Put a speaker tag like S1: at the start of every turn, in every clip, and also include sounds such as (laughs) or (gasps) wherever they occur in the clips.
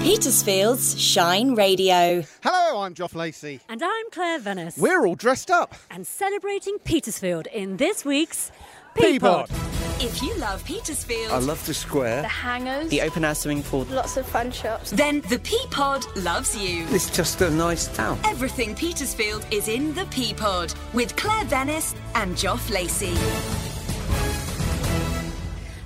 S1: Petersfield's Shine Radio.
S2: Hello, I'm Geoff Lacey.
S3: And I'm Claire Venice.
S2: We're all dressed up.
S3: and celebrating Petersfield in this week's
S2: Peapod.
S3: Peapod.
S1: If you love Petersfield,
S4: I love the square.
S5: hangers,
S6: the open air swimming pool.
S5: lots of fun shops.
S1: then the Peapod loves you.
S4: It's just a nice town.
S1: Everything Petersfield is in the Peapod with Claire Venice and Geoff Lacey.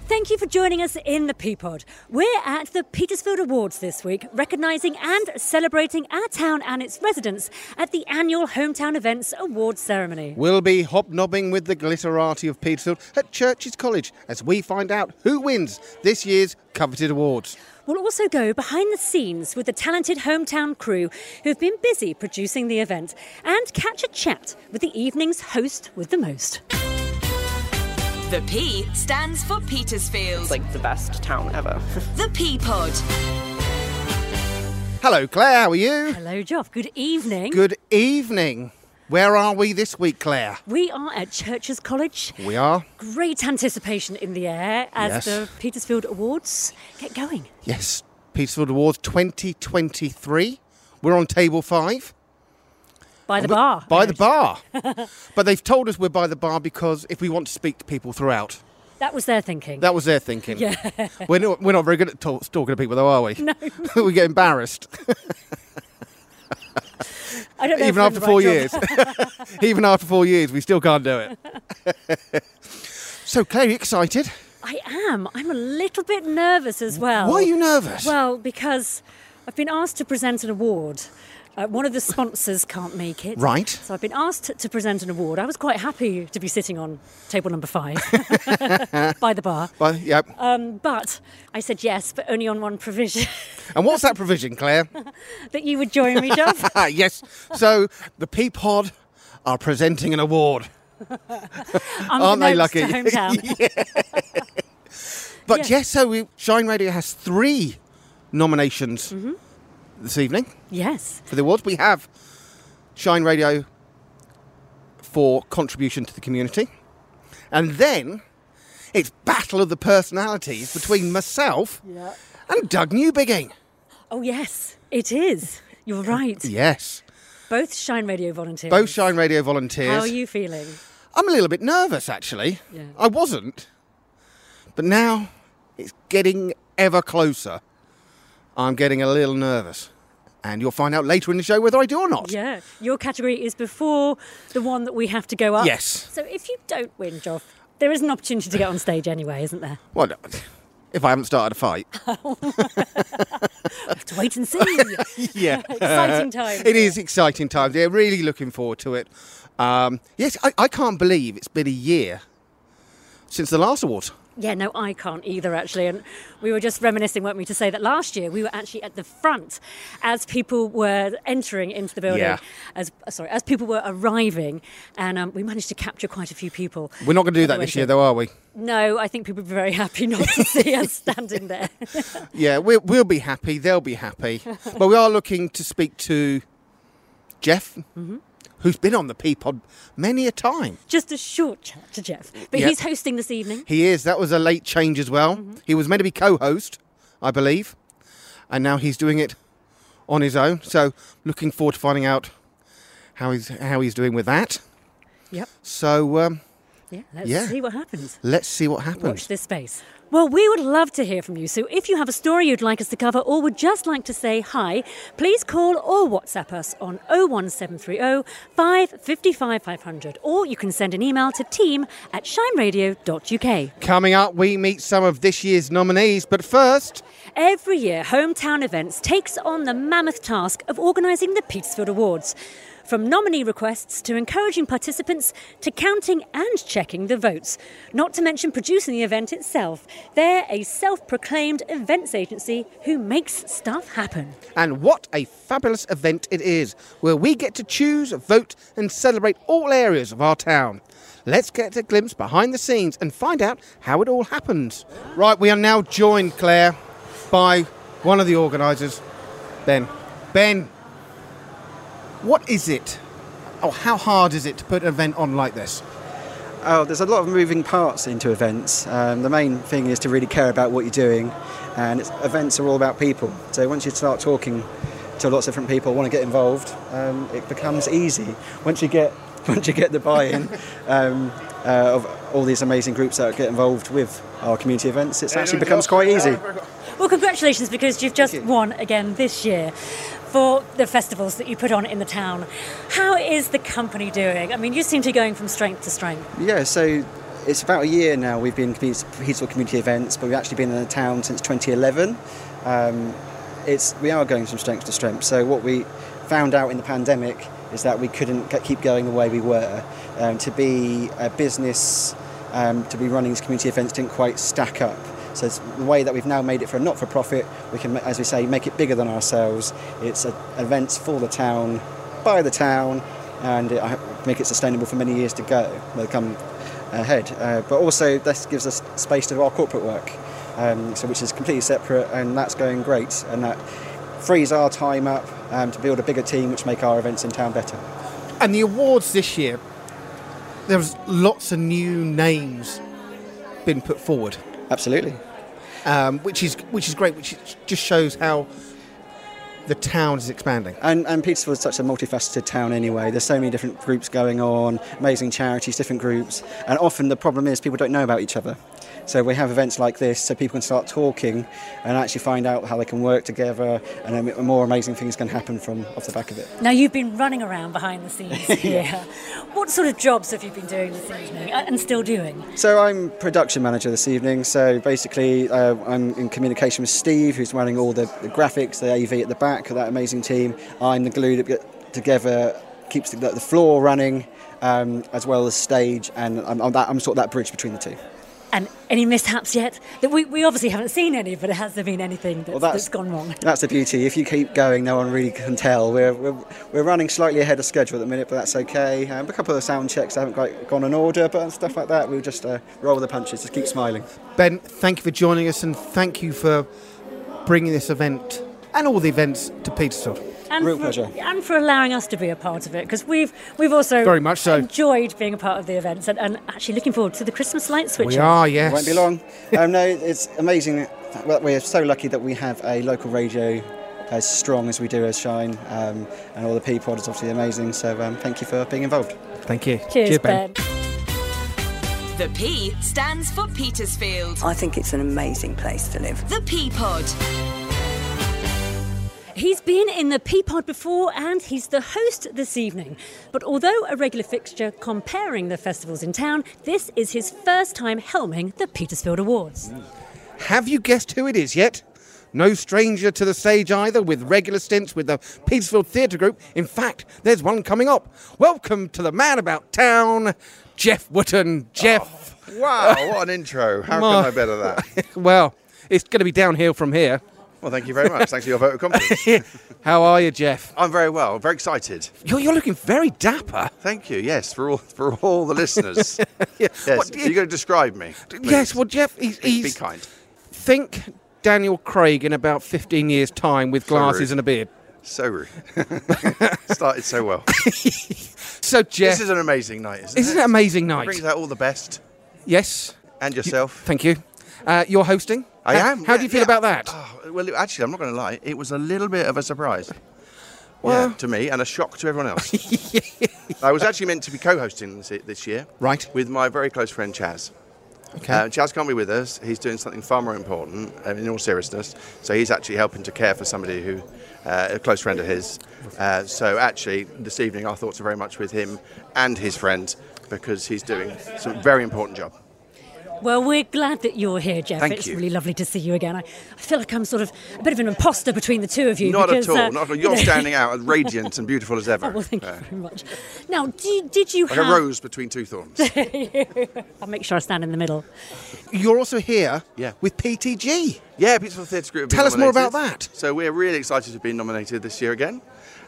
S3: Thank you for joining us in the Peapod. We're at the Petersfield Awards this week, recognising and celebrating our town and its residents at the annual Hometown Events Awards ceremony.
S2: We'll be hobnobbing with the glitterati of Petersfield at Church's College as we find out who wins this year's coveted awards.
S3: We'll also go behind the scenes with the talented hometown crew who've been busy producing the event and catch a chat with the evening's host with the most.
S1: The P stands for Petersfield.
S6: It's like the best town ever. (laughs)
S1: the Peapod.
S2: Hello, Claire, how are you?
S3: Hello, Geoff. Good evening.
S2: Good evening. Where are we this week, Claire?
S3: We are at Church's College.
S2: We are,
S3: Great anticipation in the air as
S2: Yes.
S3: the Petersfield Awards get going.
S2: yes, Petersfield Awards 2023. We're on table five. Oh,
S3: By the bar.
S2: By the bar.
S3: (laughs)
S2: but they've told us we're by the bar because if we want to speak to people throughout,
S3: That was their thinking.
S2: That was their thinking. Yeah.
S3: (laughs)
S2: We're not, we're not very good at talk, talking to people, though, are we? No. (laughs) we get embarrassed,
S3: I don't know if
S2: even
S3: we're in
S2: after
S3: the
S2: four
S3: right job.
S2: years. (laughs) even after four years, we still can't do it. (laughs) so, Claire, you excited?
S3: I am. I'm a little bit nervous as well.
S2: Why are you nervous?
S3: Well, because I've been asked to present an award. Uh, one of the sponsors can't make it.
S2: Right.
S3: So I've been asked to present an award. I was quite happy to be sitting on table
S2: (laughs)
S3: number five (laughs) by the bar.
S2: Well, yeah.
S3: Um, but I said yes, but only on one provision (laughs)
S2: and what's that provision, Claire?
S3: that you would join me, Jeff.
S2: ah, (laughs) yes. So, the Peapod are presenting an award.
S3: I'm
S2: Aren't they
S3: next
S2: lucky?
S3: To
S2: (laughs)
S3: hometown.
S2: But yes,
S3: Yes.
S2: so we, Shine Radio has three nominations this evening.
S3: Mm-hmm. yes.
S2: for the awards. We have Shine Radio for contribution to the community. And then it's battle of the personalities between myself and Doug Newbigging.
S3: Oh, yes, it is. You're right.
S2: Yes.
S3: Both Shine Radio volunteers.
S2: Both Shine Radio volunteers.
S3: How are you feeling?
S2: I'm a little bit nervous actually.
S3: Yeah.
S2: I wasn't. But now it's getting ever closer. I'm getting a little nervous. And you'll find out later in the show whether I do or not.
S3: Yeah. Your category is before the one that we have to go up.
S2: Yes.
S3: So if you don't win, Geoff, there is an opportunity to get on stage anyway, isn't there?
S2: Well, no, if I haven't started a
S3: (laughs)
S2: fight.
S3: Have to wait and see.
S2: (laughs) yeah.
S3: (laughs) Exciting time.
S2: It is exciting times. Yeah, really looking forward to it. Um, yes, I, I can't believe it's been a year since the last awards.
S3: Yeah, no, I can't either, actually. And we were just reminiscing, weren't we, to say that last year we were actually at the front as people were entering into the building.
S2: Yeah.
S3: As uh, sorry, as people were arriving, and um, we managed to capture quite a few people.
S2: We're not going to do
S3: at the
S2: that this
S3: window.
S2: year, though, are we?
S3: No, I think people would be very happy not (laughs) to see us standing there.
S2: Yeah, we'll, we'll be happy. They'll be happy. but we are looking to speak to Jeff, who's been on the Peapod many a time.
S3: Just a short chat to Jeff, but
S2: Yeah.
S3: he's hosting this evening.
S2: He is. That was a late change as well. He was meant to be co-host, I believe, and now he's doing it on his own. So, looking forward to finding out how he's how he's doing with that.
S3: Yep.
S2: So um,
S3: Yeah. Let's
S2: Yeah.
S3: see what happens.
S2: let's see what happens.
S3: Watch this space. Well, we would love to hear from you. So if you have a story you'd like us to cover or would just like to say hi, please call or WhatsApp us on 01730 555 500 or you can send an email to team at shineradio.uk.
S2: Coming up, we meet some of this year's nominees, but first,
S3: Every year, Hometown Events takes on the mammoth task of organising the Petersfield Awards. From nominee requests to encouraging participants to counting and checking the votes, not to mention producing the event itself. They're a self proclaimed events agency who makes stuff happen.
S2: and what a fabulous event it is, where we get to choose, vote, and celebrate all areas of our town. Let's get a glimpse behind the scenes and find out how it all happens. Right, we are now joined, Claire, by one of the organisers, Ben. Ben, what is it? Oh, how hard is it to put an event on like this?
S5: Oh, there's a lot of moving parts into events. Um, the main thing is to really care about what you're doing, and it's, events are all about people. So once you start talking to lots of different people, want to get involved, um, it becomes easy. Once you get (laughs) once you get the buy-in um, uh, of all these amazing groups that get involved with our community events, it actually becomes quite easy.
S3: Well, congratulations because you've just won again this year for the festivals that you put on in the town. How is the company doing? I mean, you seem to be going from strength to strength.
S5: Yeah, so it's about a year now we've been community, Peterborough community events, but we've actually been in the town since 2011. Um, it's we are going from strength to strength. So what we found out in the pandemic is that we couldn't get, keep going the way we were. Um, to be a business, um, to be running these community events didn't quite stack up. So it's the way that we've now made it for a not-for-profit, we can, as we say, make it bigger than ourselves. It's a, events for the town, by the town, and it, I hope- make it sustainable for many years to go. They'll come ahead. Uh, but also, this gives us space to do our corporate work, um, so which is completely separate, and that's going great. And that frees our time up um, to build a bigger team, which make our events in town better.
S2: And the awards this year, there was lots of new names been put forward,
S5: Absolutely.
S2: um, which is which is great. Which is- just shows how the town is expanding.
S5: And, and Peterborough is such a multifaceted town anyway. There's so many different groups going on, amazing charities, different groups. And often the problem is people don't know about each other. So we have events like this so people can start talking and actually find out how they can work together and then more amazing things can happen from off the back of it.
S3: Now, you've been running around behind
S5: (laughs)
S3: the scenes here. What sort of jobs have you been doing this evening uh, and still doing?
S5: So I'm production manager this evening. So basically, uh, I'm in communication with Steve, who's running all the, the graphics, the AV at the back of that amazing team. I'm the glue that get together keeps the, the floor running, um, as well as stage, and I'm, I'm, that, I'm sort of that bridge between the two.
S3: And any mishaps yet? That We, we obviously haven't seen any, but has there been anything that's,
S5: that's-
S3: that's gone wrong?
S5: That's the beauty. If you keep going, no one really can tell. We're, we're, we're running slightly ahead of schedule at the minute, but that's okay. Um, a couple of sound checks haven't quite gone in order, but stuff like that, we'll just uh, roll with the punches, just keep smiling.
S2: Ben, thank you for joining us, and thank you for bringing this event and all the events to Petersfield.
S3: And
S5: Real
S3: for,
S5: pleasure.
S3: And for allowing us to be a part of it, because we've we've also
S2: Very much so.
S3: enjoyed being a part of the events and, and actually looking forward to the Christmas light switch.
S2: We are, yes.
S5: It won't be long. um, no, it's amazing. Well, we're so lucky that we have a local radio as strong as we do as Shine, um, and all the people. It's obviously amazing. So um, thank you for being involved.
S2: Thank you.
S3: Cheers, ben.
S1: The P stands for Petersfield.
S7: I think it's an amazing place to live.
S1: The Peapod.
S3: He's been in the Peapod before and he's the host this evening. But although a regular fixture comparing the festivals in town, this is his first time helming the Petersfield
S5: Mm.
S3: Awards.
S2: Have you guessed who it is yet? No stranger to the stage either, with regular stints with the Petersfield Theatre Group. In fact, there's one coming up. Welcome to the man about town, Jeff Wotton. Jeff, (laughs)
S8: Wow, what an intro. How
S2: Ma-
S8: can I better that?
S2: well, it's going to be downhill from here.
S8: Well, thank you very much. Thanks for your vote of confidence.
S2: How are you, Jeff?
S8: I'm very well, very excited.
S2: You're, you're looking very dapper.
S8: Thank you. Yes, for all for all the
S2: (laughs)
S8: listeners. Yes,
S2: What do you-
S8: you're going to describe me. please?
S2: Yes, well, Jeff, he's,
S8: Please
S2: he's
S8: be kind.
S2: (laughs) think Daniel Craig in about 15 years' time with glasses
S8: rude.
S2: and a beard.
S8: So rude. (laughs) Started so well.
S2: So, Jeff,
S8: This is an amazing night, isn't
S2: isn't
S8: it?
S2: it an amazing
S8: It
S2: night?
S8: brings out all the best
S2: Yes.
S8: and yourself.
S2: (laughs) Thank you. Uh, you're hosting.
S8: I
S2: How-
S8: am.
S2: How do
S8: yeah,
S2: you feel
S8: yeah.
S2: about that?
S8: Oh, well, actually, I'm not going to lie. It was a little bit of a surprise.
S2: Well-
S8: yeah, to me and a shock to everyone else.
S2: (laughs)
S8: I was actually meant to be co-hosting this, this year,
S2: Right.
S8: with my very close friend Chaz.
S2: Okay.
S8: Uh, Chaz can't be with us. He's doing something far more important, um, in all seriousness. So he's actually helping to care for somebody who, uh, a close friend of his. Uh, so actually, this evening, our thoughts are very much with him and his friend because he's doing some very important job.
S3: Well, we're glad that you're here, Jeff.
S8: Thank
S3: it's
S8: you.
S3: really lovely to see you again. I, I feel like I'm sort of a bit of an imposter between the two of you.
S8: Not
S3: because,
S8: at all.
S3: uh,
S8: not at all.
S3: (laughs) you know-
S8: You're standing out as radiant
S3: (laughs)
S8: and beautiful as ever.
S3: Oh, well, thank you
S8: Uh,
S3: very much. Now, do you, did you
S8: like
S3: have?
S8: a rose between two thorns.
S3: (laughs) I'll make sure I stand in the middle.
S2: You're also here
S8: Yeah.
S2: with PTG.
S8: Yeah, Peaceful Theatre Group. have been
S2: Tell us more
S8: nominated.
S2: about that.
S8: So we're really excited to be nominated this year again,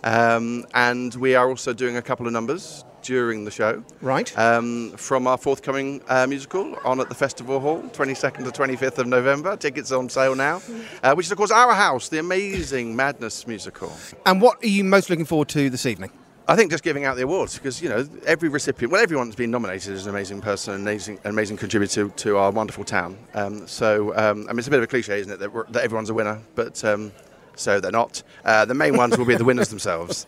S8: um, and we are also doing a couple of numbers during the show.
S2: Right.
S8: Um, from our forthcoming uh, musical on at the Festival Hall, 22nd to 25th of November. Tickets on sale now,
S3: Mm-hmm.
S8: uh, which is of course Our House, the amazing Madness musical.
S2: And what are you most looking forward to this evening?
S8: I think just giving out the awards because you know every recipient, well, everyone's been nominated as an amazing person, an amazing, an amazing contributor to our wonderful town. Um, so um, I mean, it's a bit of a cliche, isn't it, that, we're, that everyone's a winner, but. Um, so they're not. Uh, the main ones will be the winners themselves.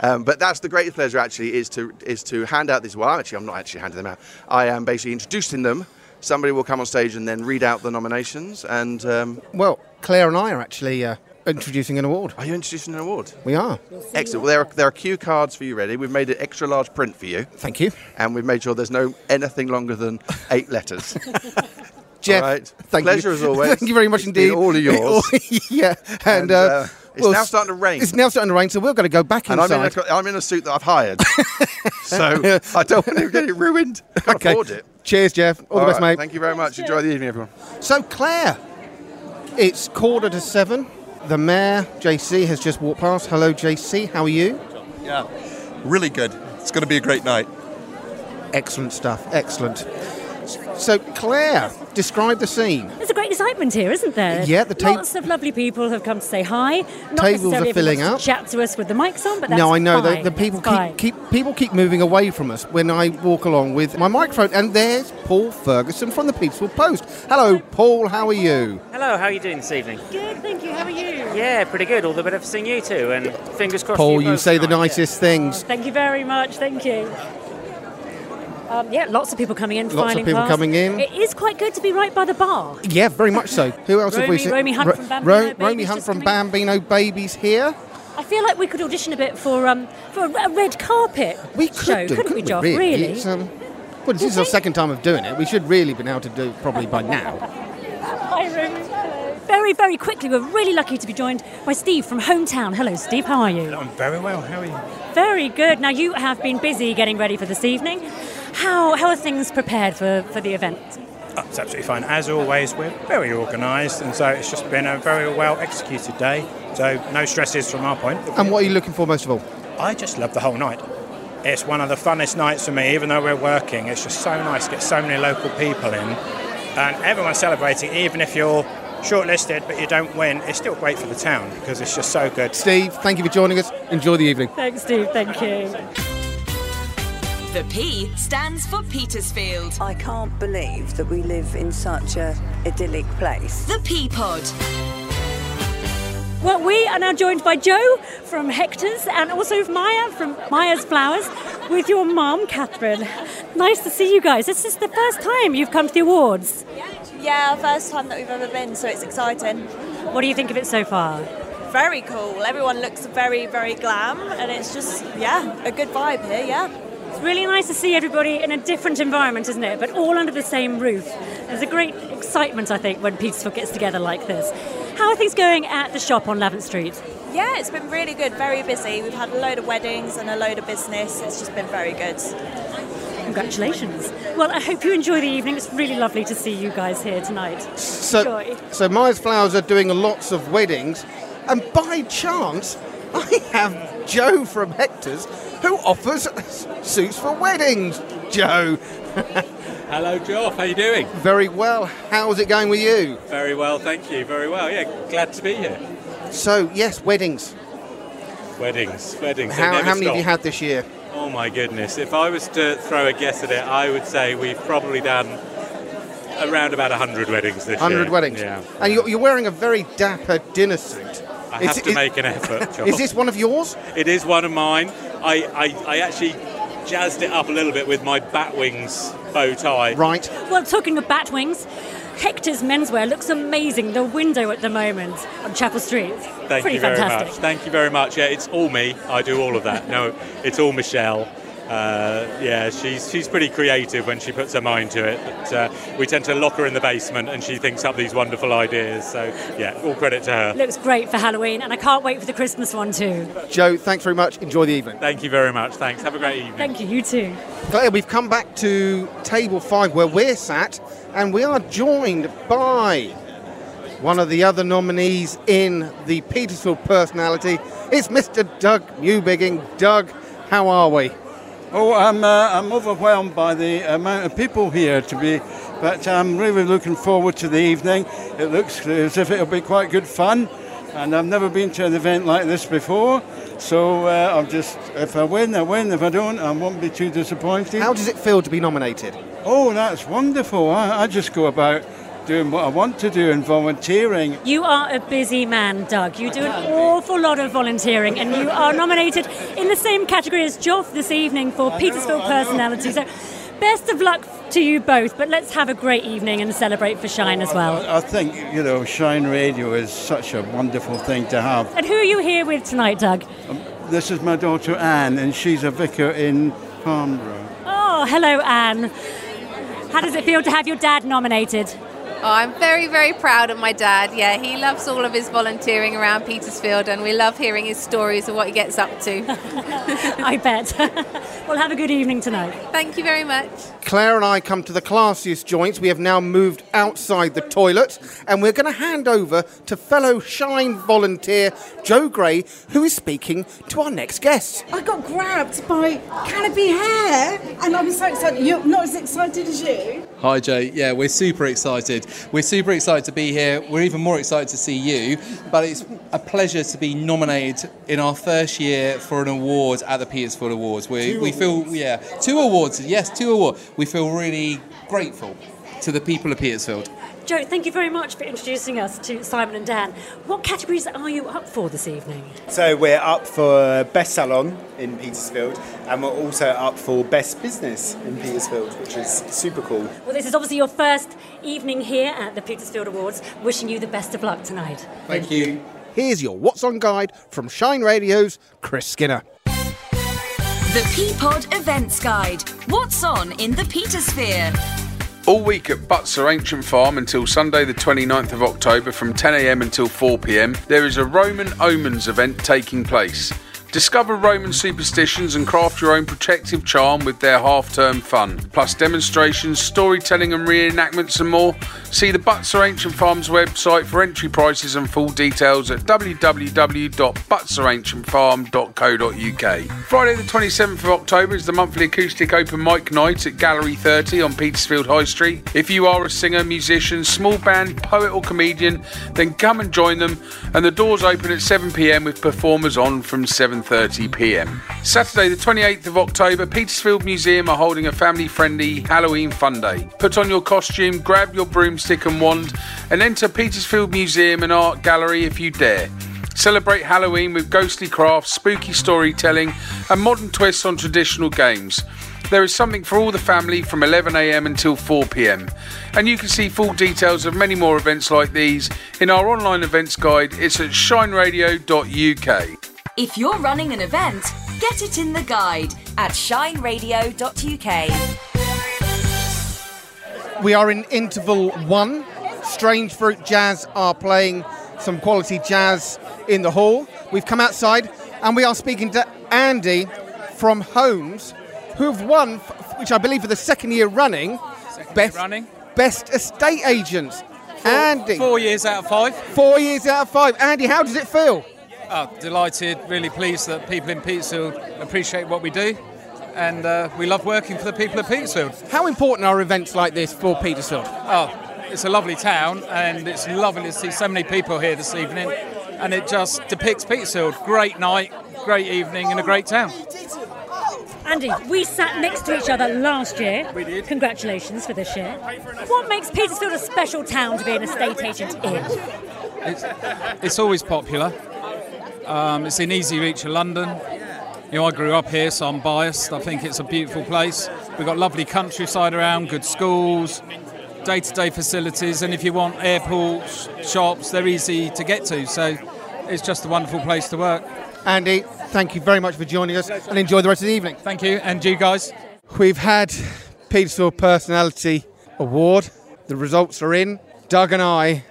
S8: Um, but that's the greatest pleasure actually is to is to hand out these. Well, actually, I'm not actually handing them out. I am basically introducing them. Somebody will come on stage and then read out the nominations. And um,
S2: Well, Claire and I are actually uh, introducing an award.
S8: are you introducing an award?
S2: We are.
S8: Excellent. Well, there are, there are cue cards for you ready. We've made an extra large print for you,
S2: Thank you.
S8: and we've made sure there's no anything longer than eight letters.
S2: Jeff,
S8: All right.
S2: thank
S8: Pleasure
S2: (laughs) you.
S8: as always.
S2: thank you very much
S8: It's
S2: indeed.
S8: been
S2: (laughs)
S8: all of yours.
S2: yeah, and,
S8: And,
S2: uh,
S8: uh, it's
S2: we'll
S8: now
S2: s-
S8: starting to rain.
S2: It's now starting to rain, so we've got to go back
S8: and I'm in,
S2: inside. (laughs)
S8: a, I'm in a suit that I've hired, so I don't want to get it ruined. I can't
S2: (laughs) okay.
S8: afford it.
S2: Cheers, Jeff. All, the
S8: All
S2: best,
S8: right,
S2: mate.
S8: Thank you very much. Enjoy the evening, everyone.
S2: So, Claire, it's quarter to seven. The mayor, JC, has just walked past. Hello, JC. How are you?
S9: Yeah, really good. It's going to be a great night.
S2: Excellent stuff. Excellent. S- So, Claire, describe the scene.
S3: There's a great excitement here, isn't there?
S2: Yeah, the ta-
S3: Lots of lovely people have come to say hi. Not
S2: are
S3: necessarily everyone
S2: filling
S3: wants to
S2: up.
S3: Chat to us with the mics on, but that's
S2: no, I know
S3: fine.
S2: the, the people
S3: It's fine.
S2: keep, keep people keep moving away from us when I walk along with my microphone. And there's Paul Ferguson from the Peaceful Post. Hello, Paul. How are you?
S10: Hello, how are you doing this evening?
S3: Good, thank you. How are you?
S10: Yeah, pretty good. All the better for seeing you too, and fingers crossed.
S2: Paul, you
S10: both
S2: say the
S10: tonight.
S2: nicest things.
S3: Thank you very much. Thank you. Um, yeah, lots of people coming in.
S2: of
S3: filing
S2: people
S3: past.
S2: coming in.
S3: It is quite good to be right by the bar.
S2: Yeah, very much so. Who else have we
S3: Romy-
S2: seen?
S3: Romy Hunt
S2: Ro-
S3: from Bambino
S2: Ro-
S3: Babies
S2: Romy Hunt
S3: just
S2: from
S3: coming in.
S2: Bambino Babies here.
S3: I feel like we could audition a bit for um, for a red carpet
S2: We could
S3: show,
S2: do,
S3: couldn't
S2: couldn't
S3: we, Joff?
S2: Really?
S3: Really?
S2: It's, um, well, this is our second time of doing it. We should really been able to do it probably by now.
S3: (laughs) Hi, Romy. Hello. Very, very quickly, we're really lucky to be joined by Steve from Hometown. Hello, Steve. How are you?
S10: I'm very well. How are you?
S3: Very good. Now you have been busy getting ready for this evening. How how are things prepared for, for the event?
S10: Oh, it's absolutely fine. As always, we're very organised, and so it's just been a very well executed day. So no stresses from our point.
S2: And what are you looking for most of all?
S10: I just love the whole night. It's one of the funnest nights for me, even though we're working. It's just so nice to get so many local people in, and everyone's celebrating. Even if you're shortlisted but you don't win, it's still great for the town because it's just so good.
S2: Steve, thank you for joining us. Enjoy the evening.
S3: Thanks, Steve. Thank you.
S1: The P stands for Petersfield.
S7: I can't believe that we live in such a idyllic place.
S1: The Peapod.
S3: Well, we are now joined by Joe from Hector's and also Maya from Maya's Flowers with your mum, Catherine. Nice to see you guys. This is the first time you've come to the awards.
S11: Yeah, first time that we've ever been, so it's exciting.
S3: What do you think of it so far?
S11: Very cool. Everyone looks very, very glam, and it's just, yeah, a good vibe here, yeah.
S3: It's really nice to see everybody in a different environment, isn't it? But all under the same roof. There's a great excitement, I think, when Petersfield gets together like this. How are things going at the shop on Lavant Street?
S11: Yeah, it's been really good, very busy. We've had a load of weddings and a load of business. It's just been very good.
S3: Congratulations. Well, I hope you enjoy the evening. It's really lovely to see you guys here tonight.
S2: So,
S3: Joy.
S2: so Myers Flowers are doing lots of weddings, and by chance, (laughs) I have Joe from Hector's who offers s- suits for weddings. Joe,
S9: Hello, Geoff. How you doing?
S2: very well. How's it going with you?
S9: Very well, thank you. Very well. Yeah, glad to be here.
S2: So, yes, weddings.
S9: Weddings, weddings. they
S2: How,
S9: never
S2: how many have
S9: stop.
S2: you had this year?
S9: Oh my goodness! If I was to throw a guess at it, I would say we've probably done around about hundred weddings this year.
S2: 100 weddings.
S9: Yeah.
S2: And you're, you're wearing a very dapper dinner suit.
S9: I
S2: Is
S9: have
S2: it-
S9: to
S2: is-
S9: make an effort.
S2: (laughs)
S9: Geoff.
S2: Is this one of yours?
S9: It is one of mine. I, I, I actually jazzed it up a little bit with my bat wings bow tie.
S2: Right.
S3: Well, talking of bat wings, Hector's menswear looks amazing. The window at the moment on Chapel Street.
S9: Thank
S3: Pretty
S9: you very
S3: fantastic.
S9: much. Thank you very much. Yeah, it's all me. I do all of that. No, it's all Michelle. Uh, yeah, she's she's pretty creative when she puts her mind to it. But, uh, we tend to lock her in the basement, and she thinks up these wonderful ideas. So yeah, all credit to her.
S3: Looks great for Halloween, and I can't wait for the Christmas one too.
S2: Joe, thanks very much. Enjoy the evening.
S9: Thank you very much. Thanks. Have a great evening.
S3: Thank you, you too.
S2: Claire, we've come back to table five where we're sat, and we are joined by one of the other nominees in the Petersfield personality. It's Mr. Doug Newbigging. Doug, how are we?
S10: Oh, I'm uh, I'm overwhelmed by the amount of people here to be, but I'm really looking forward to the evening. It looks as if it'll be quite good fun, and I've never been to an event like this before,
S12: So uh, I'm just, if I win, I win. If I don't, I won't be too disappointed. How
S2: does it feel to be nominated?
S12: Oh, that's wonderful. I, I just go about doing what I want to do and volunteering.
S3: You are a busy man, Doug. You do an awful lot of volunteering, and you are nominated in the same category as Joff this evening for Petersfield Personality. So, best of luck to you both, but let's have a great evening and celebrate for Shine as well.
S12: I think, you know, Shine Radio is such a wonderful thing to have.
S3: And who are you here with tonight, Doug?
S12: This is my daughter Anne, and she's a vicar in Farnborough.
S3: Oh, hello, Anne. How does it feel to have your dad nominated? (laughs)
S13: Oh, I'm very, very proud of my dad. Yeah, he loves all of his volunteering around Petersfield, and we love hearing his stories of what he gets up to.
S3: I bet. (laughs) well, have a good evening tonight.
S13: Thank you very much.
S2: Claire and I come to the classiest joints. We have now moved outside the toilet and we're going to hand over to fellow Shine volunteer Joe Gray, who is speaking to our next guest.
S14: I got grabbed by canopy hair, and I'm so excited. You're not as excited as you.
S15: Hi, Joe. Yeah, we're super excited. We're super excited to be here. We're even more excited to see you. But it's a pleasure to be nominated in our first year for an award at the Petersfield Awards. We,
S16: Two
S15: we feel, yeah, two awards. Yes, two awards. We feel really grateful to the people of Petersfield.
S3: Joe, thank you very much for introducing us to Simon and Dan. What categories are you up for this evening?
S17: So we're up for Best Salon in Petersfield, and we're also up for Best Business in Petersfield, which is super cool.
S3: Well, this is obviously your first evening here at the Petersfield Awards. Wishing you the best of luck tonight.
S2: Thank you. Here's your What's On guide from Shine Radio's Chris Skinner.
S1: The Peapod Events Guide. What's on in the Petersphere?
S18: All week at Butser Ancient Farm until Sunday, the 29th of October, from 10am until 4pm, there is a Roman Omens event taking place. Discover Roman superstitions and craft your own protective charm with their half term fun. Plus, demonstrations, storytelling, and reenactments, and more. See the Butser Ancient Farm's website for entry prices and full details at www.butserancientfarm.co.uk. Friday, the 27th of October, is the monthly acoustic open mic night at Gallery 30 on Petersfield High Street. If you are a singer, musician, small band, poet, or comedian, then come and join them. And the doors open at 7 pm with performers on from 7:30 pm. Saturday, the 28th of October, Petersfield Museum are holding a family-friendly Halloween fun day. Put on your costume, grab your broomstick and wand, and enter Petersfield Museum and Art Gallery if you dare. Celebrate Halloween with ghostly crafts, spooky storytelling, and modern twists on traditional games. There is something for all the family from 11am until 4pm. And you can see full details of many more events like these in our online events guide. It's at shineradio.uk.
S1: If you're running an event, get it in the guide at shineradio.uk.
S2: We are in interval one. Strange Fruit Jazz are playing some quality jazz in the hall. We've come outside and we are speaking to Andy from Holmes, who've won, f- which I believe for the second year running, best,
S19: running.
S2: best estate agents. Andy.
S19: Four years out of five.
S2: Four years out of five. Andy, how does it feel?
S19: Oh, delighted, really pleased that people in Petersfield appreciate what we do, and uh, we love working for the people of Petersfield.
S2: How important are events like this for Petersfield?
S19: Oh, it's a lovely town, and it's lovely to see so many people here this evening, and it just depicts Petersfield. Great night, great evening, and a great town.
S3: Andy, we sat next to each other last year. We did. Congratulations for this year. What makes Petersfield a special town to be an estate agent in?
S19: It's, it's always popular. Um, it's in easy reach of London. You know, I grew up here, so I'm biased. I think it's a beautiful place. We've got lovely countryside around, good schools, day-to-day facilities, and if you want airports, shops, they're easy to get to. So it's just a wonderful place to work.
S2: Andy, thank you very much for joining us and enjoy the rest of the evening.
S19: Thank you, and you guys.
S2: We've had Petersfield Personality Award. The results are in. Doug and I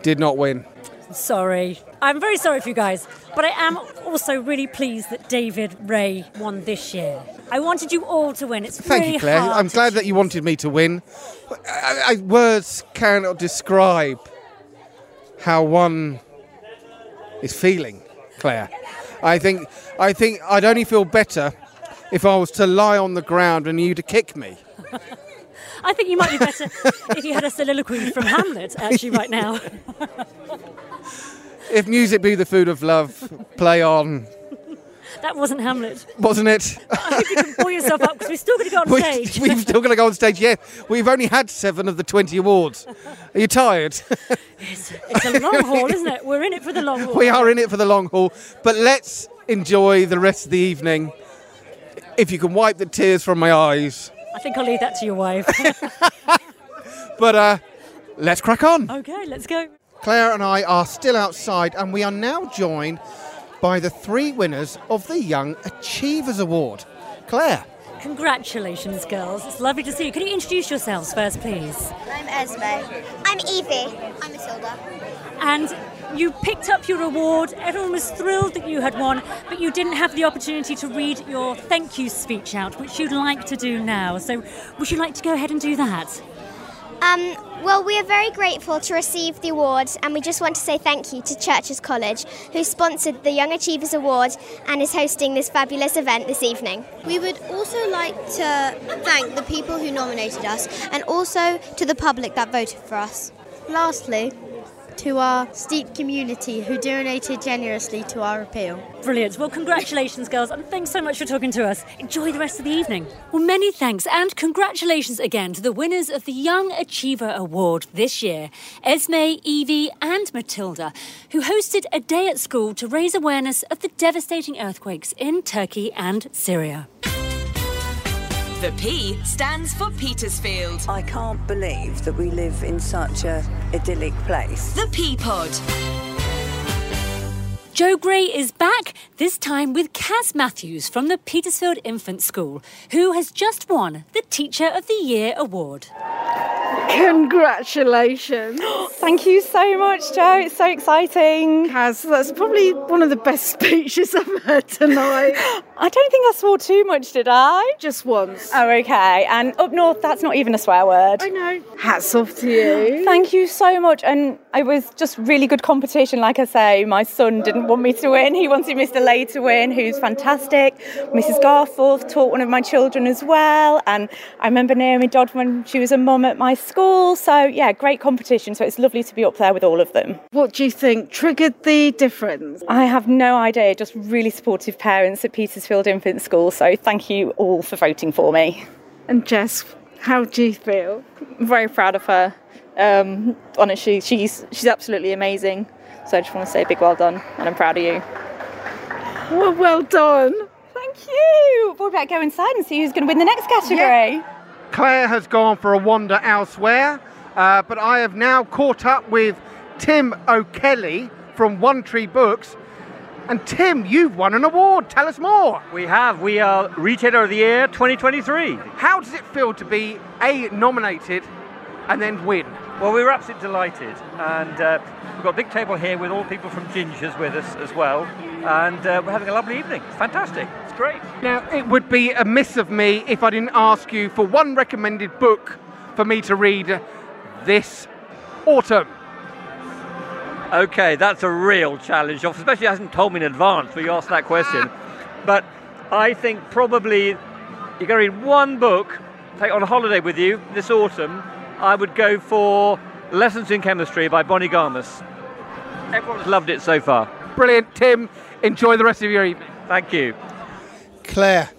S2: did not win.
S3: Sorry. I'm very sorry for you guys, but I am also really pleased that David Ray won this year. I wanted you all to win. It's
S2: Thank
S3: really
S2: you, Claire.
S3: hard.
S2: I'm glad that you wanted me to win. I, I, words cannot describe how one is feeling, Claire. I think I think I'd only feel better if I was to lie on the ground and you to kick me.
S3: I think you might be better if you had a soliloquy from Hamlet actually right now. (laughs)
S2: If music be the food of love, play on.
S3: That wasn't Hamlet.
S2: Wasn't it?
S3: I hope you can pull yourself up because we're still going to go on
S2: (laughs) We-
S3: stage.
S2: We've still got to go on stage. Yeah, we've only had seven of the twenty awards. Are you tired? (laughs)
S3: It's a long haul, isn't it? We're in it for the long haul.
S2: we are in it for the long haul, but let's enjoy the rest of the evening. If you can wipe the tears from my eyes,
S3: I think I'll leave that to
S2: (laughs)
S3: your wife.
S2: but uh, let's crack on.
S3: okay, let's go.
S2: Claire and I are still outside, and we are now joined by the three winners of the Young Achievers Award. Claire,
S3: Congratulations, girls. It's lovely to see you. Can you introduce yourselves first, please?
S16: I'm Esme. I'm Evie. I'm Matilda.
S3: And you picked up your award. Everyone was thrilled that you had won, but you didn't have the opportunity to read your thank you speech out, which you'd like to do now. So, would you like to go ahead and do that?
S16: Um, well, we are very grateful to receive the award, and we just want to say thank you to Churches College, who sponsored the Young Achievers Award and is hosting this fabulous event this evening. We would also like to thank the people who nominated us and also to the public that voted for us. Lastly,
S20: to our steep community who donated generously to our appeal.
S3: Brilliant. Well, congratulations, girls, and thanks so much for talking to us. Enjoy the rest of the evening. Well, many thanks and congratulations again to the winners of the Young Achiever Award this year Esme, Evie, and Matilda, who hosted a day at school to raise awareness of the devastating earthquakes in Turkey and Syria.
S1: The P stands for Petersfield.
S7: I can't believe that we live in such a idyllic place.
S1: The Peapod.
S3: Joe Gray is back, this time with Kaz Matthews from the Petersfield Infant School, who has just won the Teacher of the Year award.
S21: Congratulations. (gasps) Thank you so much, Joe. It's so exciting. Kaz, that's probably one of the best (laughs) speeches I've heard tonight. (gasps) I don't think I swore too much, did I? Just once.
S22: Oh, okay. And up north, that's not even a swear word. I know.
S21: Hats off to you.
S22: Thank you so much. And it was just really good competition. Like I say, my son didn't want me to win. He wanted Mr. Lay to win, who's fantastic. Mrs. Garforth taught one of my children as well. And I remember Naomi Dodd when she was a mum at my school. So, yeah, great competition. So it's lovely to be up there with all of them.
S21: What do you think triggered the difference?
S22: I have no idea. Just really supportive parents at Petersfield Infant School. So thank you all for voting for me.
S21: And Jess, how do you feel?
S22: I'm very proud of her. Um, honestly, she's she's absolutely amazing. So I just want to say a big well done, and I'm proud of you.
S21: Well, well done.
S22: Thank you. What about go inside and see who's going to win the next category?
S2: Claire has gone for a wander elsewhere, uh, but I have now caught up with Tim O'Kelly from One Tree Books. And Tim, you've won an award. Tell us more.
S23: We have. We are Retailer of the Year 2023.
S2: How does it feel to be A, nominated, and then win?
S23: Well, we were absolutely delighted, and uh, we've got a big table here with all the people from Ginger's with us as well, and uh, we're having a lovely evening. It's fantastic. It's great.
S2: Now, it would be a miss of me if I didn't ask you for one recommended book for me to read this autumn.
S23: Okay, that's a real challenge, Joff, especially you hasn't told me in advance when you asked that question. But I think probably you're going to read one book, take on holiday with you this autumn. I would go for Lessons in Chemistry by Bonnie Garmus. Everyone's loved it so far.
S2: Brilliant, Tim. Enjoy the rest of your evening.
S23: Thank you.
S2: Claire,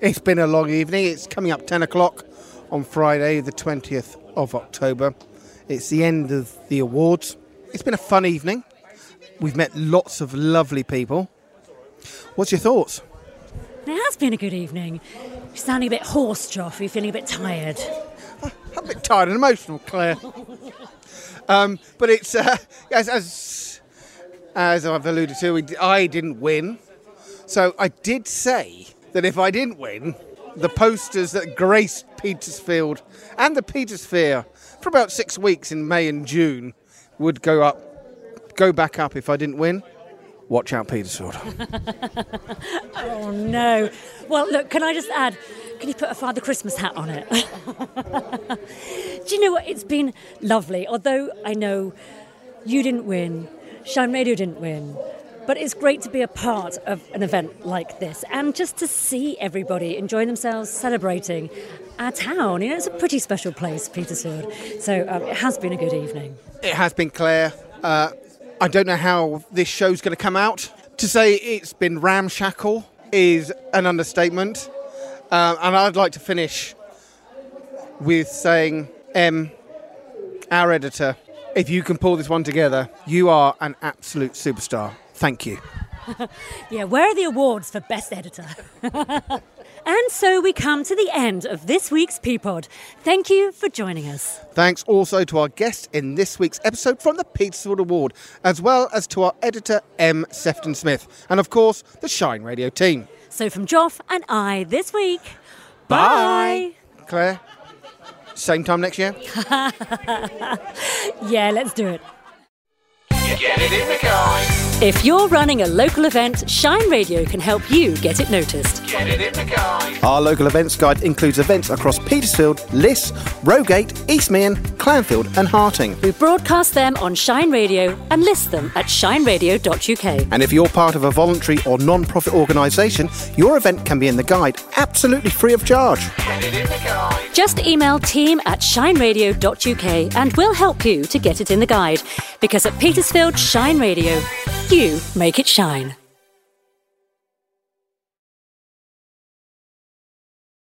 S2: it's been a long evening. It's coming up 10 o'clock on Friday, the 20th of October. It's the end of the awards. It's been a fun evening. We've met lots of lovely people. What's your thoughts?
S3: It has been a good evening. You're sounding a bit hoarse, Joff. Are you feeling a bit tired?
S2: I'm a bit tired and emotional, Claire. Um, but it's, uh, as, as, as I've alluded to, we, d- I didn't win. So I did say that if I didn't win, the posters that graced Petersfield and the Petersphere for about six weeks in May and June would go up, go back up if I didn't win. Watch out, Petersfield.
S3: Oh no. Well, look, can I just add? Can you put a Father Christmas hat on it? (laughs) Do you know what? It's been lovely. Although I know you didn't win, Shine Radio didn't win, but it's great to be a part of an event like this and just to see everybody enjoying themselves, celebrating our town. You know, it's a pretty special place, Petersfield. So um, it has been a good evening.
S2: It has been Claire. Uh, I don't know how this show's going to come out, To say it's been ramshackle is an understatement. Um, and I'd like to finish with saying, M, our editor, if you can pull this one together, you are an absolute superstar. Thank you.
S3: yeah, where are the awards for Best Editor? (laughs) and so we come to the end of this week's Peapod. Thank you for joining us.
S2: Thanks also to our guest in this week's episode from the Petersfield Award, as well as to our editor, M. Sefton Smith, and of course, the Shine Radio team.
S3: So from Joff and I this week,
S2: Bye. Claire, same time next year?
S3: bye. (laughs) yeah, let's do it.
S4: Get it in the car.
S3: If you're running a local event, Shine Radio can help you get it noticed.
S4: Get it in the car.
S2: Our local events guide includes events across Petersfield, Liss, Rogate, Eastmean, Clanfield, and Harting.
S3: We broadcast them on Shine Radio and list them at shineradio.uk.
S2: And if you're part of a voluntary or non profit organisation, your event can be in the guide absolutely free of charge.
S3: Just email team at shineradio.uk and we'll help you to get it in the guide. Because at Petersfield Shine Radio, you make it shine.